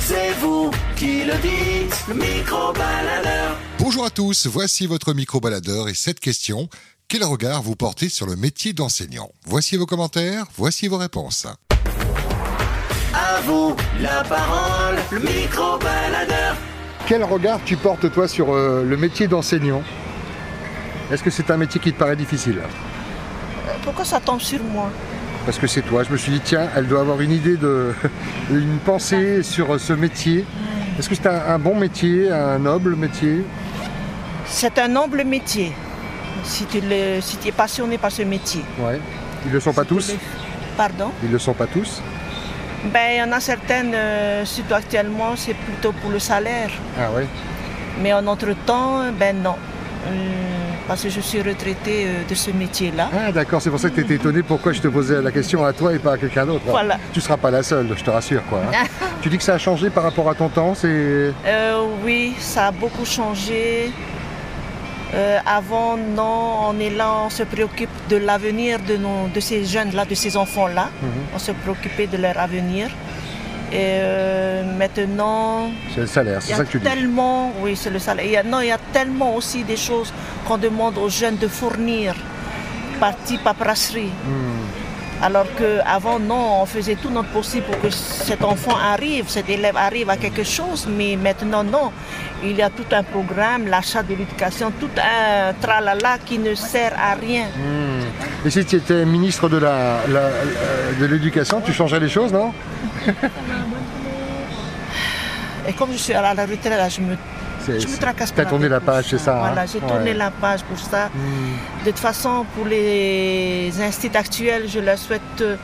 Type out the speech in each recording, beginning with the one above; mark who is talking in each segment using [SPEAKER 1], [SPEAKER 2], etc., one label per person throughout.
[SPEAKER 1] c'est vous qui le dites, le micro-baladeur.
[SPEAKER 2] Bonjour à tous, voici votre micro-baladeur et cette question. Quel regard vous portez sur le métier d'enseignant Voici vos commentaires, voici vos réponses.
[SPEAKER 1] À vous la parole, le micro-baladeur.
[SPEAKER 3] Quel regard tu portes toi sur euh, le métier d'enseignant Est-ce que c'est un métier qui te paraît difficile
[SPEAKER 4] Pourquoi ça tombe sur moi
[SPEAKER 3] Parce que c'est toi. Je me suis dit tiens, elle doit avoir une idée de, une pensée sur euh, ce métier. Est-ce que c'est un, un bon métier, un noble métier
[SPEAKER 4] C'est un noble métier. Si tu, le, si tu es passionné par ce métier.
[SPEAKER 3] Ouais. Ils le sont pas tous.
[SPEAKER 4] Pardon
[SPEAKER 3] Ils le sont pas tous.
[SPEAKER 4] Ben, il y en a certaines, euh, surtout actuellement, c'est plutôt pour le salaire.
[SPEAKER 3] Ah ouais.
[SPEAKER 4] Mais en notre temps, ben non. Euh, parce que je suis retraitée euh, de ce métier-là.
[SPEAKER 3] Ah d'accord, c'est pour ça que tu étais étonné pourquoi je te posais la question à toi et pas à quelqu'un d'autre.
[SPEAKER 4] Voilà. Ah.
[SPEAKER 3] Tu seras pas la seule, je te rassure quoi. hein. tu dis que ça a changé par rapport à ton temps, c'est
[SPEAKER 4] Euh, oui, ça a beaucoup changé. Euh, avant, non, on est là, on se préoccupe de l'avenir de, nos, de ces jeunes-là, de ces enfants-là. On se préoccupait de leur avenir. Et euh, maintenant,
[SPEAKER 3] c'est le salaire,
[SPEAKER 4] il y
[SPEAKER 3] c'est
[SPEAKER 4] a
[SPEAKER 3] ça que tu dis.
[SPEAKER 4] tellement, oui, c'est le salaire. Il y a, non, il y a tellement aussi des choses qu'on demande aux jeunes de fournir, partie paperasserie.
[SPEAKER 3] Hmm.
[SPEAKER 4] Alors qu'avant, non, on faisait tout notre possible pour que cet enfant arrive, cet élève arrive à quelque chose, mais maintenant, non. Il y a tout un programme, l'achat de l'éducation, tout un tralala qui ne sert à rien.
[SPEAKER 3] Et si tu étais ministre de la, la- euh, de l'éducation, tu changerais les choses, non
[SPEAKER 4] Et comme je suis à la la retraite, là, je me,
[SPEAKER 3] C'est-
[SPEAKER 4] je me
[SPEAKER 3] c'est-
[SPEAKER 4] tracasse
[SPEAKER 3] T'as
[SPEAKER 4] la
[SPEAKER 3] tourné
[SPEAKER 4] tête
[SPEAKER 3] la
[SPEAKER 4] pour
[SPEAKER 3] page, c'est ça. hein
[SPEAKER 4] Voilà, j'ai
[SPEAKER 3] Ouais. Hmm.
[SPEAKER 4] tourné la page pour ça. De toute façon, pour les instituts actuels, je leur souhaite euh,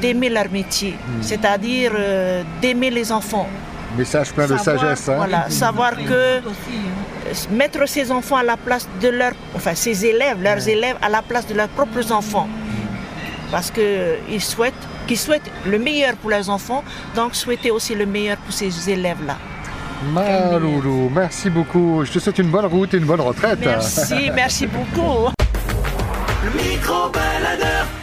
[SPEAKER 4] d'aimer leur métier,
[SPEAKER 3] Hmm.
[SPEAKER 4] c'est-à-dire euh, d'aimer les enfants.
[SPEAKER 3] Message plein de sagesse. hein.
[SPEAKER 4] Voilà, savoir que euh, mettre ses enfants à la place de leurs, enfin ses élèves, leurs élèves à la place de leurs propres enfants,
[SPEAKER 3] Hmm.
[SPEAKER 4] parce que euh, ils souhaitent, qu'ils souhaitent le meilleur pour leurs enfants, donc souhaiter aussi le meilleur pour ces élèves-là.
[SPEAKER 3] Maloulou, merci beaucoup. Je te souhaite une bonne route et une bonne retraite.
[SPEAKER 4] Merci, merci beaucoup.
[SPEAKER 1] Le micro-baladeur.